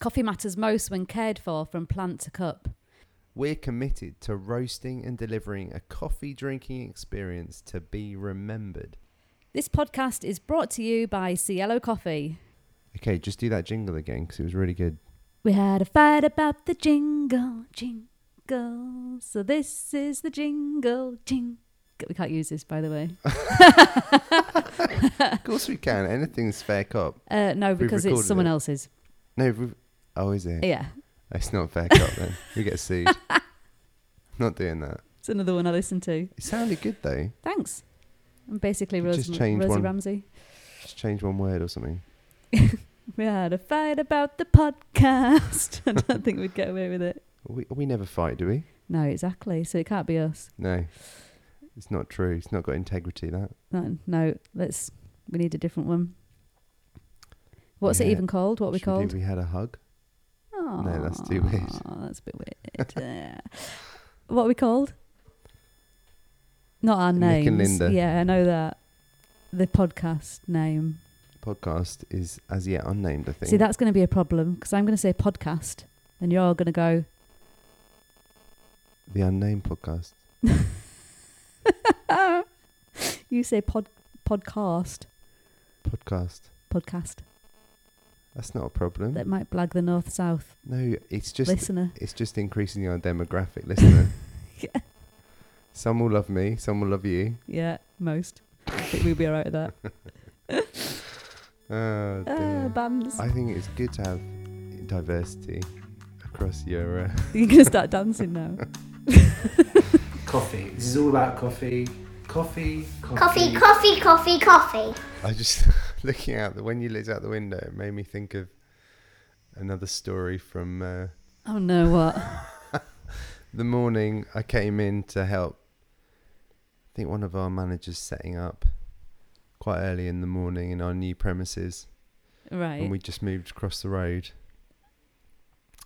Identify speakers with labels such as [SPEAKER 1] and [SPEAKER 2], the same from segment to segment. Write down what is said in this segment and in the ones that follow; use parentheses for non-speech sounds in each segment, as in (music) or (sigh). [SPEAKER 1] Coffee matters most when cared for from plant to cup.
[SPEAKER 2] We're committed to roasting and delivering a coffee drinking experience to be remembered.
[SPEAKER 1] This podcast is brought to you by Cielo Coffee.
[SPEAKER 2] Okay, just do that jingle again because it was really good.
[SPEAKER 1] We had a fight about the jingle, jingle. So this is the jingle, jingle. We can't use this, by the
[SPEAKER 2] (laughs)
[SPEAKER 1] way.
[SPEAKER 2] Of course we can. Anything's fair cop.
[SPEAKER 1] Uh, no, because it's
[SPEAKER 2] recorded
[SPEAKER 1] someone
[SPEAKER 2] it.
[SPEAKER 1] else's.
[SPEAKER 2] No, we've, oh, is it?
[SPEAKER 1] Yeah,
[SPEAKER 2] It's not fair cop then. We
[SPEAKER 1] (laughs)
[SPEAKER 2] get sued. not doing that.
[SPEAKER 1] it's another one I listened to.
[SPEAKER 2] It sounded good though.
[SPEAKER 1] Thanks. I'm basically
[SPEAKER 2] You
[SPEAKER 1] Rose,
[SPEAKER 2] just changed
[SPEAKER 1] Rosie
[SPEAKER 2] one.
[SPEAKER 1] Ramsey.
[SPEAKER 2] Just change one word or something.
[SPEAKER 1] We had a fight about the podcast. (laughs) I don't think we'd get away with it.
[SPEAKER 2] We, we never fight, do we?
[SPEAKER 1] No, exactly. So it can't be us.
[SPEAKER 2] No. It's not true. It's not got integrity, that.
[SPEAKER 1] No, no let's. We need a different one. What's it
[SPEAKER 2] Yeah.
[SPEAKER 1] even called? What are we
[SPEAKER 2] Should do
[SPEAKER 1] called?
[SPEAKER 2] We had a hug.
[SPEAKER 1] Oh,
[SPEAKER 2] No, that's too weird.
[SPEAKER 1] That's a bit weird. (laughs) Yeah. what are we called? Not our names.
[SPEAKER 2] Nick and Linda.
[SPEAKER 1] Yeah, I know that. The podcast name.
[SPEAKER 2] Podcast is as yet unnamed, I think.
[SPEAKER 1] See, that's going to be a problem because I'm going to say podcast, and you're going to go. (laughs)
[SPEAKER 2] The unnamed podcast.
[SPEAKER 1] You say pod podcast
[SPEAKER 2] Podcast.
[SPEAKER 1] podcast.
[SPEAKER 2] That's not a problem.
[SPEAKER 1] That might blag the north south
[SPEAKER 2] No, it's just
[SPEAKER 1] listener.
[SPEAKER 2] it's just increasing our demographic, listener. Some will love me, some will love you.
[SPEAKER 1] Yeah, most. I think we'll be alright with that.
[SPEAKER 2] Oh,
[SPEAKER 1] Ah,
[SPEAKER 2] dear.
[SPEAKER 1] bands.
[SPEAKER 2] I
[SPEAKER 1] (laughs)
[SPEAKER 2] think it's good to have diversity across your. Uh,
[SPEAKER 1] You're gonna start dancing
[SPEAKER 2] (laughs)
[SPEAKER 1] now.
[SPEAKER 3] (laughs) Coffee. This is all about coffee. Coffee.
[SPEAKER 4] Coffee, coffee, coffee, coffee.
[SPEAKER 2] I just (laughs) looking out the when you looked out the window, it made me think of another story from uh,
[SPEAKER 1] Oh no, what?
[SPEAKER 2] the morning I came in to help. I think one of our managers setting up quite early in the morning in our new premises.
[SPEAKER 1] Right.
[SPEAKER 2] and we just moved across the road.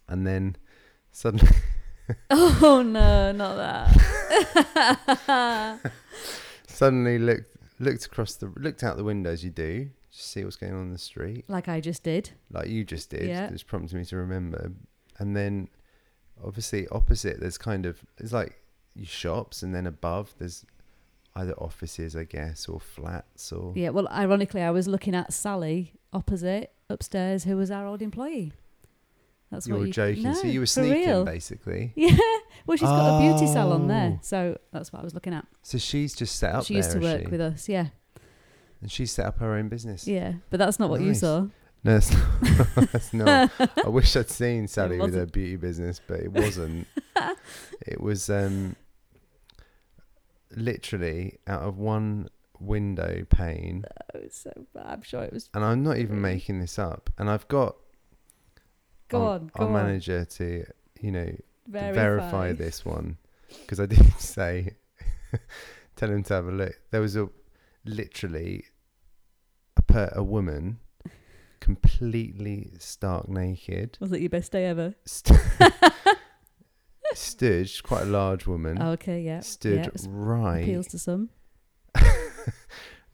[SPEAKER 2] And then suddenly,
[SPEAKER 1] (laughs) Oh no, not that.
[SPEAKER 2] (laughs)
[SPEAKER 1] (laughs)
[SPEAKER 2] suddenly looked looked across the looked out the window as you do, just see what's going on in the street,
[SPEAKER 1] like I just did.
[SPEAKER 2] like you just did.
[SPEAKER 1] Yeah.
[SPEAKER 2] It's prompted me to remember. And then, obviously, opposite there's kind of it's like your shops, and then above there's either offices, I guess, or flats, or
[SPEAKER 1] Yeah, well, ironically, I was looking at Sally opposite upstairs, who was our old employee. That's
[SPEAKER 2] you
[SPEAKER 1] what
[SPEAKER 2] were
[SPEAKER 1] you
[SPEAKER 2] joking.
[SPEAKER 1] No,
[SPEAKER 2] so you were
[SPEAKER 1] for
[SPEAKER 2] sneaking
[SPEAKER 1] real.
[SPEAKER 2] basically.
[SPEAKER 1] Yeah. Well, she's got a beauty salon
[SPEAKER 2] Oh.
[SPEAKER 1] there, so that's what I was looking at.
[SPEAKER 2] So she's just set up
[SPEAKER 1] she
[SPEAKER 2] there,
[SPEAKER 1] used to
[SPEAKER 2] is
[SPEAKER 1] work
[SPEAKER 2] she?
[SPEAKER 1] with us. Yeah.
[SPEAKER 2] and she set up her own business.
[SPEAKER 1] Yeah, but that's not what you
[SPEAKER 2] Nice. (laughs)
[SPEAKER 1] saw.
[SPEAKER 2] No, that's not. (laughs) that's
[SPEAKER 1] (laughs)
[SPEAKER 2] not. I wish I'd seen Sally with her
[SPEAKER 1] wasn't.
[SPEAKER 2] beauty business, but
[SPEAKER 1] (laughs)
[SPEAKER 2] it wasn't. it was um, literally out of one window pane,
[SPEAKER 1] Oh, it's so bad. I'm sure it was.
[SPEAKER 2] and I'm not even making this up. And I've got
[SPEAKER 1] Go
[SPEAKER 2] our,
[SPEAKER 1] on, go
[SPEAKER 2] our
[SPEAKER 1] on.
[SPEAKER 2] manager to you know
[SPEAKER 1] Verify.
[SPEAKER 2] verify this one because I (laughs) did say tell him to have a look. There was a literally a, per, a woman completely stark naked
[SPEAKER 1] Was it your best day ever?
[SPEAKER 2] st- (laughs) stood she's quite a large woman
[SPEAKER 1] Oh, okay, yeah.
[SPEAKER 2] stood
[SPEAKER 1] Yeah, it's-
[SPEAKER 2] right
[SPEAKER 1] appeals to some.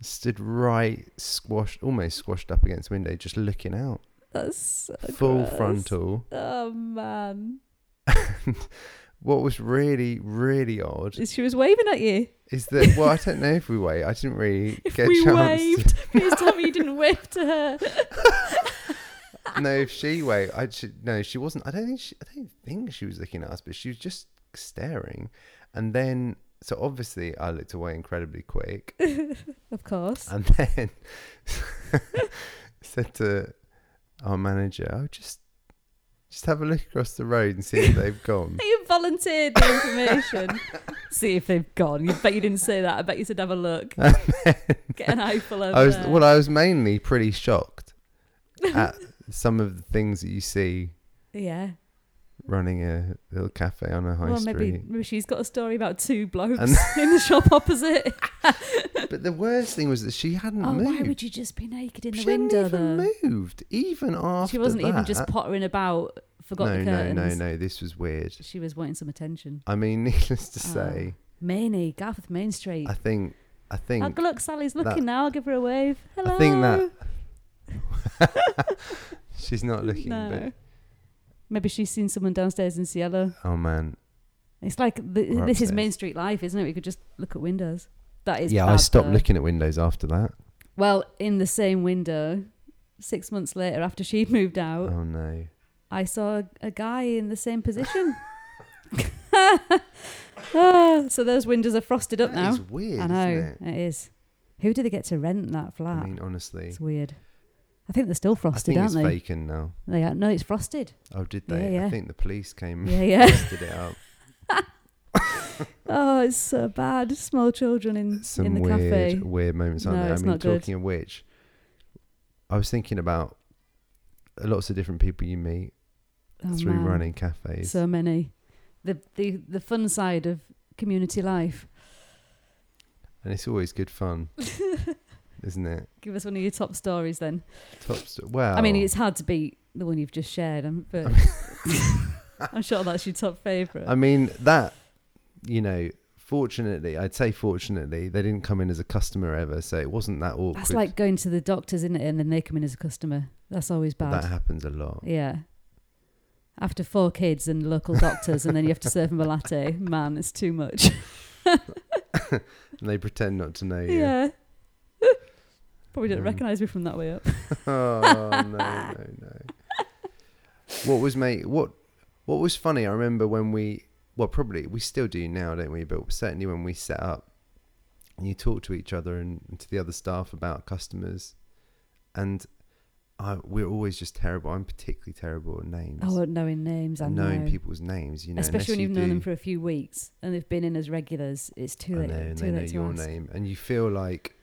[SPEAKER 2] stood right squashed almost squashed up against the window just looking out
[SPEAKER 1] That's so
[SPEAKER 2] full
[SPEAKER 1] gross.
[SPEAKER 2] frontal
[SPEAKER 1] Oh man,
[SPEAKER 2] what was really really odd
[SPEAKER 1] she was waving at you. (laughs)
[SPEAKER 2] is that well i don't know if we wait i didn't really
[SPEAKER 1] If
[SPEAKER 2] get
[SPEAKER 1] we
[SPEAKER 2] a chance to- (laughs)
[SPEAKER 1] waved, (laughs) please tell me you didn't wave to her.
[SPEAKER 2] no, if she wait, I should no, she wasn't. I don't think she, I don't think she was looking at us, but she was just staring. And then, so obviously, I looked away
[SPEAKER 1] (laughs)
[SPEAKER 2] incredibly quick,
[SPEAKER 1] Of course.
[SPEAKER 2] and then (laughs) said to our manager, "Oh, just just have a look across the road and see if they've
[SPEAKER 1] (laughs)
[SPEAKER 2] gone."
[SPEAKER 1] you volunteered the
[SPEAKER 2] (laughs)
[SPEAKER 1] information. See if they've gone. You bet you didn't say that. I bet you said have a
[SPEAKER 2] (laughs)
[SPEAKER 1] look. Get an eyeful over
[SPEAKER 2] I was
[SPEAKER 1] there.
[SPEAKER 2] well, I was mainly pretty shocked at some of the things that you see
[SPEAKER 1] yeah.
[SPEAKER 2] running a little cafe on a high
[SPEAKER 1] Well,
[SPEAKER 2] street.
[SPEAKER 1] maybe, maybe she's got a story about two blokes
[SPEAKER 2] And-
[SPEAKER 1] (laughs) in the shop
[SPEAKER 2] (laughs)
[SPEAKER 1] opposite.
[SPEAKER 2] But the worst thing was that she hadn't
[SPEAKER 1] Oh,
[SPEAKER 2] moved.
[SPEAKER 1] why would you just be naked in the
[SPEAKER 2] she
[SPEAKER 1] window,
[SPEAKER 2] hadn't even
[SPEAKER 1] though?
[SPEAKER 2] moved, even after
[SPEAKER 1] She wasn't
[SPEAKER 2] that.
[SPEAKER 1] even just pottering about, forgot
[SPEAKER 2] no,
[SPEAKER 1] the
[SPEAKER 2] no,
[SPEAKER 1] curtains.
[SPEAKER 2] no, no. This was weird.
[SPEAKER 1] She was wanting some attention.
[SPEAKER 2] I mean, (laughs) needless to
[SPEAKER 1] Oh.
[SPEAKER 2] say,
[SPEAKER 1] Mainey, Garforth Main Street.
[SPEAKER 2] I think, I
[SPEAKER 1] Oh,
[SPEAKER 2] think,
[SPEAKER 1] look, Sally's
[SPEAKER 2] that-
[SPEAKER 1] looking now. I'll give her a wave. Hello.
[SPEAKER 2] I think that she's not looking.
[SPEAKER 1] No.
[SPEAKER 2] But
[SPEAKER 1] Maybe she's seen someone downstairs in Cielo.
[SPEAKER 2] Oh man,
[SPEAKER 1] It's like th
[SPEAKER 2] We're
[SPEAKER 1] this is
[SPEAKER 2] upstairs.
[SPEAKER 1] Main Street life, isn't it? We could just look at windows. That is
[SPEAKER 2] yeah. I
[SPEAKER 1] bad,
[SPEAKER 2] stopped
[SPEAKER 1] though.
[SPEAKER 2] looking at windows after that.
[SPEAKER 1] Well, in the same window, six months later, after she'd (laughs) moved out,
[SPEAKER 2] Oh no.
[SPEAKER 1] I saw a, a guy in the same
[SPEAKER 2] (laughs)
[SPEAKER 1] position. Ah, so those windows are frosted up now.
[SPEAKER 2] That is weird.
[SPEAKER 1] I know
[SPEAKER 2] Isn't it?
[SPEAKER 1] it is. Who did they get to rent that flat?
[SPEAKER 2] I mean, honestly,
[SPEAKER 1] it's weird. I think they're still
[SPEAKER 2] I
[SPEAKER 1] frosted,
[SPEAKER 2] think
[SPEAKER 1] aren't
[SPEAKER 2] it's
[SPEAKER 1] they?
[SPEAKER 2] vacant now.
[SPEAKER 1] They are. No, it's frosted.
[SPEAKER 2] Oh, did
[SPEAKER 1] Yeah,
[SPEAKER 2] they?
[SPEAKER 1] yeah.
[SPEAKER 2] I think the police came. (laughs)
[SPEAKER 1] Yeah, yeah. (laughs)
[SPEAKER 2] did it up.
[SPEAKER 1] oh, it's so bad. Small children in
[SPEAKER 2] Some
[SPEAKER 1] in the
[SPEAKER 2] weird,
[SPEAKER 1] cafe.
[SPEAKER 2] weird moments, aren't
[SPEAKER 1] No,
[SPEAKER 2] there?
[SPEAKER 1] it's
[SPEAKER 2] I mean,
[SPEAKER 1] not good.
[SPEAKER 2] talking of which, I was thinking about lots of different people you meet
[SPEAKER 1] Oh,
[SPEAKER 2] through
[SPEAKER 1] man.
[SPEAKER 2] running cafes.
[SPEAKER 1] So many. The the the fun side of community life.
[SPEAKER 2] and it's always good
[SPEAKER 1] (laughs)
[SPEAKER 2] fun, isn't it?
[SPEAKER 1] Give us one of your top stories then.
[SPEAKER 2] Top st- well,
[SPEAKER 1] I mean, it's hard to beat the one you've just shared, um, but (laughs) I'm sure that's your top
[SPEAKER 2] (laughs)
[SPEAKER 1] favourite.
[SPEAKER 2] I mean that you know. Fortunately, I'd say fortunately, they didn't come in as a customer ever, so it wasn't that awkward.
[SPEAKER 1] That's like going to the doctors, isn't it? And then they come in as a customer. That's always
[SPEAKER 2] But
[SPEAKER 1] bad.
[SPEAKER 2] that happens a lot.
[SPEAKER 1] Yeah. After four kids and local doctors, and then you have to serve them a latte. Man, it's too
[SPEAKER 2] (laughs)
[SPEAKER 1] much.
[SPEAKER 2] And they pretend not to know
[SPEAKER 1] Yeah. (laughs)
[SPEAKER 2] you.
[SPEAKER 1] Probably didn't
[SPEAKER 2] Um,
[SPEAKER 1] recognise me from that way up.
[SPEAKER 2] oh no no no what was mate what what was funny i remember when we well probably we still do now don't we but certainly when we set up and you talk to each other and, and to the other staff about customers and I, we're always just terrible i'm particularly terrible at names
[SPEAKER 1] Oh, knowing names, I
[SPEAKER 2] And
[SPEAKER 1] know.
[SPEAKER 2] knowing people's names you know
[SPEAKER 1] Especially when
[SPEAKER 2] unless
[SPEAKER 1] you've
[SPEAKER 2] you
[SPEAKER 1] known
[SPEAKER 2] do,
[SPEAKER 1] them for a few weeks and they've been in as regulars, it's too
[SPEAKER 2] I
[SPEAKER 1] late.
[SPEAKER 2] know, and
[SPEAKER 1] too
[SPEAKER 2] they know
[SPEAKER 1] late to
[SPEAKER 2] your
[SPEAKER 1] ask.
[SPEAKER 2] name, and you feel like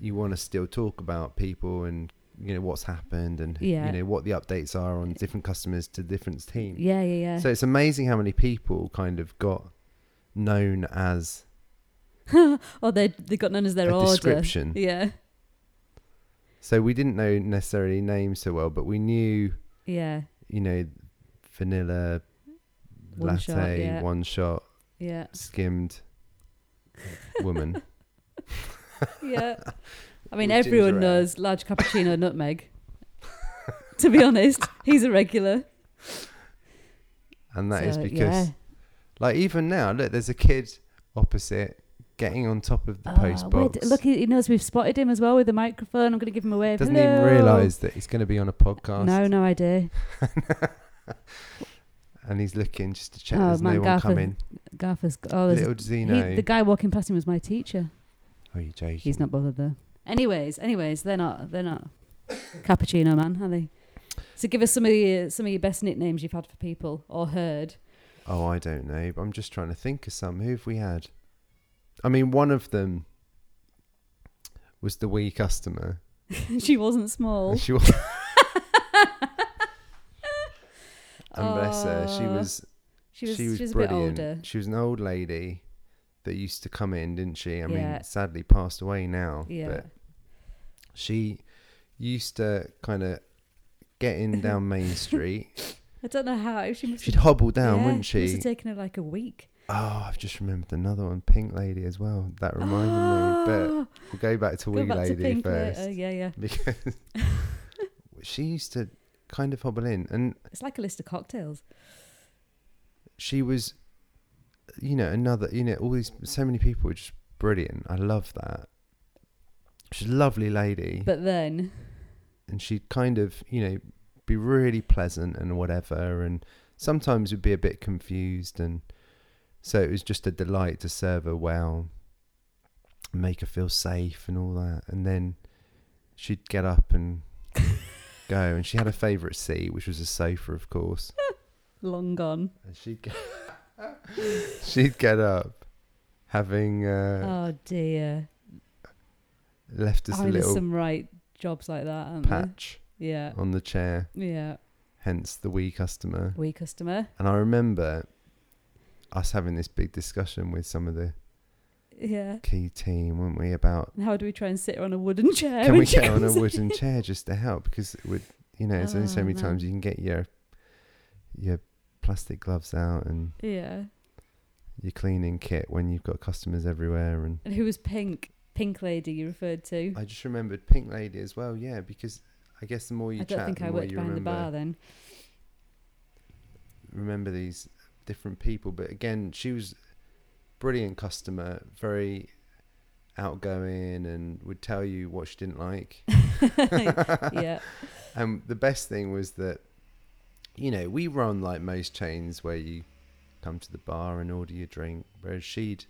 [SPEAKER 2] you want to still talk about people and you know what's happened and who-
[SPEAKER 1] Yeah.
[SPEAKER 2] you know what the updates are on different customers to different teams.
[SPEAKER 1] Yeah, yeah, yeah.
[SPEAKER 2] So it's amazing how many people kind of got known as
[SPEAKER 1] (laughs) or they they got known as their
[SPEAKER 2] a
[SPEAKER 1] order.
[SPEAKER 2] description.
[SPEAKER 1] Yeah,
[SPEAKER 2] So we didn't know necessarily names so well, but we knew
[SPEAKER 1] yeah,
[SPEAKER 2] you know vanilla
[SPEAKER 1] One
[SPEAKER 2] latte
[SPEAKER 1] shot, yeah.
[SPEAKER 2] one shot
[SPEAKER 1] yeah,
[SPEAKER 2] skimmed woman.
[SPEAKER 1] (laughs) yeah.
[SPEAKER 2] (laughs)
[SPEAKER 1] I mean,
[SPEAKER 2] With ginger
[SPEAKER 1] everyone
[SPEAKER 2] ale.
[SPEAKER 1] knows large cappuccino nutmeg. (laughs) to be honest, he's a regular.
[SPEAKER 2] And that is
[SPEAKER 1] So,
[SPEAKER 2] because,
[SPEAKER 1] yeah.
[SPEAKER 2] like, even now, look, there's a kid opposite getting on top of the
[SPEAKER 1] Ah,
[SPEAKER 2] post
[SPEAKER 1] weird.
[SPEAKER 2] box.
[SPEAKER 1] Look, he, he knows we've spotted him as well with the microphone. I'm going to give him a wave.
[SPEAKER 2] Doesn't
[SPEAKER 1] Hello.
[SPEAKER 2] even realise that he's going to be on a podcast.
[SPEAKER 1] No, no idea.
[SPEAKER 2] And he's looking just to check
[SPEAKER 1] Oh,
[SPEAKER 2] there's
[SPEAKER 1] man,
[SPEAKER 2] no one
[SPEAKER 1] Garfield.
[SPEAKER 2] coming.
[SPEAKER 1] Gaffer's. Oh, there's
[SPEAKER 2] Little does he know.
[SPEAKER 1] he, the guy walking past him was my teacher.
[SPEAKER 2] oh, you joking?
[SPEAKER 1] He's not bothered though. Anyways, anyways, they're not. They're not cappuccino man, are they? So give us some of your some of your best nicknames you've had for people or heard. (laughs)
[SPEAKER 2] Oh, I don't know. But I'm just trying to think of some. Who have we had? I mean, one of them was the wee customer.
[SPEAKER 1] she wasn't small.
[SPEAKER 2] (laughs)
[SPEAKER 1] (laughs)
[SPEAKER 2] And she wa- and bless her, she
[SPEAKER 1] Aw.
[SPEAKER 2] was
[SPEAKER 1] She was,
[SPEAKER 2] she was,
[SPEAKER 1] a bit
[SPEAKER 2] brilliant.
[SPEAKER 1] older.
[SPEAKER 2] She was an old lady that used to come in, didn't she?
[SPEAKER 1] Yeah.
[SPEAKER 2] I mean, sadly passed away now.
[SPEAKER 1] Yeah.
[SPEAKER 2] But she used to kind of get in
[SPEAKER 1] (laughs)
[SPEAKER 2] down Main Street.
[SPEAKER 1] I don't know how she must.
[SPEAKER 2] She'd hobble down,
[SPEAKER 1] yeah,
[SPEAKER 2] wouldn't
[SPEAKER 1] it Must
[SPEAKER 2] she?
[SPEAKER 1] have taken her like a week.
[SPEAKER 2] oh, I've just remembered another one, Pink Lady as well. That reminded me.
[SPEAKER 1] Oh,
[SPEAKER 2] But we'll go back to
[SPEAKER 1] go
[SPEAKER 2] Wee
[SPEAKER 1] back to
[SPEAKER 2] Lady
[SPEAKER 1] Pink
[SPEAKER 2] first
[SPEAKER 1] later. Yeah, yeah.
[SPEAKER 2] (laughs)
[SPEAKER 1] (laughs)
[SPEAKER 2] because she used to kind of hobble in, and
[SPEAKER 1] It's like a list of cocktails.
[SPEAKER 2] she was, you know, another, you know, all these, so many people were just brilliant. I love that. She's a lovely lady,
[SPEAKER 1] But then,
[SPEAKER 2] and she'd kind of, you know, be really pleasant and whatever, and sometimes would be a bit confused, and so it was just a delight to serve her well, make her feel safe and all that, and then she'd get up and go, and she had a favourite seat, which was a sofa, of course.
[SPEAKER 1] long gone.
[SPEAKER 2] And she'd get, (laughs) she'd get up, having uh,
[SPEAKER 1] oh dear.
[SPEAKER 2] left us
[SPEAKER 1] Oh, I
[SPEAKER 2] a
[SPEAKER 1] mean, there's
[SPEAKER 2] little
[SPEAKER 1] some right jobs like that, aren't
[SPEAKER 2] patch
[SPEAKER 1] there? Yeah,
[SPEAKER 2] on the chair,
[SPEAKER 1] yeah.
[SPEAKER 2] hence the wee customer.
[SPEAKER 1] We customer.
[SPEAKER 2] And I remember us having this big discussion with some of the
[SPEAKER 1] Yeah.
[SPEAKER 2] key team, weren't we, about
[SPEAKER 1] And how do we try and sit her on a wooden (laughs) chair?
[SPEAKER 2] can
[SPEAKER 1] when
[SPEAKER 2] we
[SPEAKER 1] she
[SPEAKER 2] get her on a
[SPEAKER 1] comes in? (laughs)
[SPEAKER 2] wooden chair just to help? Because it would, you know, there's only so
[SPEAKER 1] Oh,
[SPEAKER 2] many
[SPEAKER 1] man.
[SPEAKER 2] times you can get your your plastic gloves out and
[SPEAKER 1] Yeah.
[SPEAKER 2] your cleaning kit when you've got customers everywhere and
[SPEAKER 1] And who was Pink? Pink lady you referred to.
[SPEAKER 2] I just remembered Pink Lady as well, yeah, because I guess the more you
[SPEAKER 1] I
[SPEAKER 2] chat,
[SPEAKER 1] don't think
[SPEAKER 2] the
[SPEAKER 1] I
[SPEAKER 2] more
[SPEAKER 1] worked
[SPEAKER 2] you (laughs)
[SPEAKER 1] behind the
[SPEAKER 2] remember.
[SPEAKER 1] bar then.
[SPEAKER 2] remember these different people, but again, she was brilliant customer, very outgoing, and would tell you what she
[SPEAKER 1] (laughs)
[SPEAKER 2] didn't like. (laughs)
[SPEAKER 1] yeah.
[SPEAKER 2] And the best thing was that, you know, we run like most chains where you come to the bar and order your drink, whereas she'd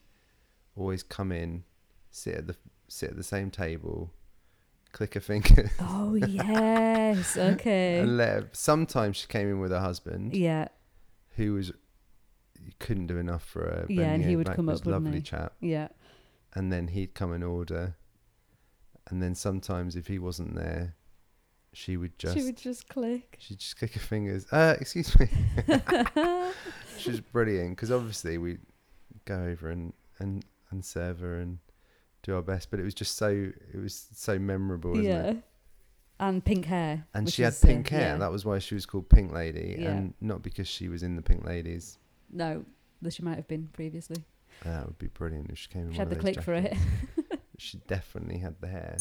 [SPEAKER 2] always come in, sit at the sit at the same table, click her (laughs) finger,
[SPEAKER 1] Oh
[SPEAKER 2] (laughs)
[SPEAKER 1] yes. Okay.
[SPEAKER 2] and let. Her, sometimes she came in with her husband,
[SPEAKER 1] Yeah.
[SPEAKER 2] who was couldn't do enough for her. but
[SPEAKER 1] Yeah,
[SPEAKER 2] in
[SPEAKER 1] and
[SPEAKER 2] the
[SPEAKER 1] he
[SPEAKER 2] end,
[SPEAKER 1] would
[SPEAKER 2] Black
[SPEAKER 1] come
[SPEAKER 2] was
[SPEAKER 1] up,
[SPEAKER 2] a
[SPEAKER 1] wouldn't
[SPEAKER 2] lovely
[SPEAKER 1] he?
[SPEAKER 2] chap,
[SPEAKER 1] Yeah.
[SPEAKER 2] and then he'd come and order, and then sometimes if he wasn't there, she would just.
[SPEAKER 1] she would just
[SPEAKER 2] (laughs)
[SPEAKER 1] click.
[SPEAKER 2] She'd just click her fingers. Uh, excuse me. (laughs) She's brilliant because obviously we go over and, and and serve her and do our best, but it was just so it was so memorable,
[SPEAKER 1] (laughs)
[SPEAKER 2] wasn't
[SPEAKER 1] yeah.
[SPEAKER 2] it?
[SPEAKER 1] And pink hair.
[SPEAKER 2] And
[SPEAKER 1] which
[SPEAKER 2] she had
[SPEAKER 1] is, uh,
[SPEAKER 2] pink hair.
[SPEAKER 1] yeah.
[SPEAKER 2] That was why she was called Pink Lady,
[SPEAKER 1] Yeah.
[SPEAKER 2] and not because she was in the Pink Ladies.
[SPEAKER 1] No, that she might have been previously.
[SPEAKER 2] That would be brilliant if she came in.
[SPEAKER 1] She
[SPEAKER 2] one
[SPEAKER 1] had the
[SPEAKER 2] of
[SPEAKER 1] click
[SPEAKER 2] those
[SPEAKER 1] for it.
[SPEAKER 2] jackets.
[SPEAKER 1] (laughs)
[SPEAKER 2] She definitely had the hair.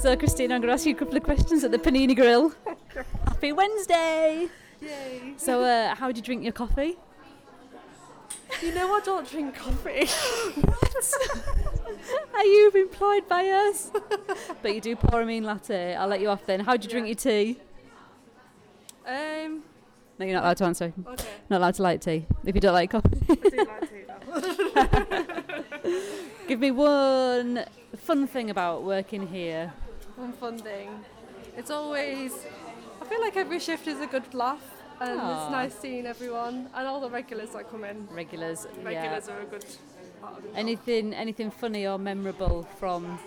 [SPEAKER 1] So, Christine, I'm going to ask you a couple of questions at the Panini Grill. Happy Wednesday! Yay! So, uh, how do you drink your coffee?
[SPEAKER 5] You know I don't drink coffee.
[SPEAKER 1] (laughs) Are you employed by us? but you do pour a mean latte. I'll let you off then. How do you drink your tea?
[SPEAKER 5] Um.
[SPEAKER 1] No, you're not allowed to answer.
[SPEAKER 5] Okay.
[SPEAKER 1] Not allowed to like tea if you don't like coffee.
[SPEAKER 5] (laughs) I do like tea now.
[SPEAKER 1] Give me one fun thing about working here.
[SPEAKER 5] One fun thing. It's always. I feel like every shift is a good laugh, and
[SPEAKER 1] Aw.
[SPEAKER 5] it's nice seeing everyone and all the regulars that come in.
[SPEAKER 1] Regulars.
[SPEAKER 5] Regulars
[SPEAKER 1] Yeah.
[SPEAKER 5] are a good. part of the job.
[SPEAKER 1] Anything, anything funny or memorable from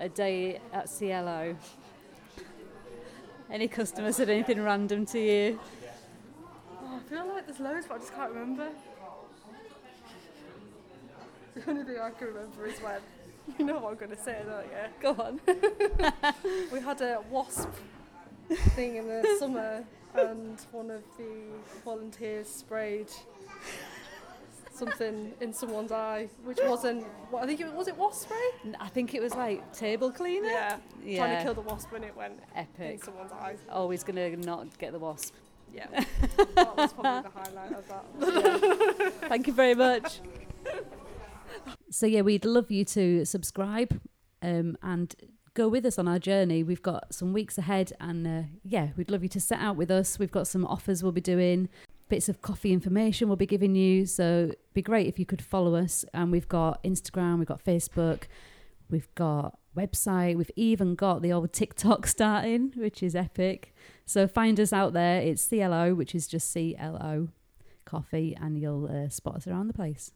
[SPEAKER 1] a day at Cielo? Any customer said anything random to you?
[SPEAKER 5] Oh, I feel like there's loads, but I just can't remember. (laughs) The only thing I can remember is when. (laughs) You know what I'm going to say, don't you?
[SPEAKER 1] Go on.
[SPEAKER 5] (laughs) We had a wasp thing in the summer, and one of the volunteers sprayed something in someone's eye, which wasn't. What, I think it was it wasp spray.
[SPEAKER 1] I think it was like table cleaner.
[SPEAKER 5] Yeah. Trying
[SPEAKER 1] Yeah.
[SPEAKER 5] to kill the wasp when it went in
[SPEAKER 1] Epic.
[SPEAKER 5] someone's eye.
[SPEAKER 1] Always gonna not get the wasp.
[SPEAKER 5] Yeah. that was probably the highlight of that.
[SPEAKER 1] Thank you very much. so yeah, we'd love you to subscribe um, and go with us on our journey. We've got some weeks ahead, and uh, yeah, we'd love you to set out with us. We've got some offers we'll be doing, bits of coffee information we'll be giving you. So it'd be great if you could follow us. And we've got Instagram, we've got Facebook, we've got website, we've even got the old TikTok starting, which is epic. So find us out there. It's CLO, which is just CLO coffee and you'll uh, spot us around the place.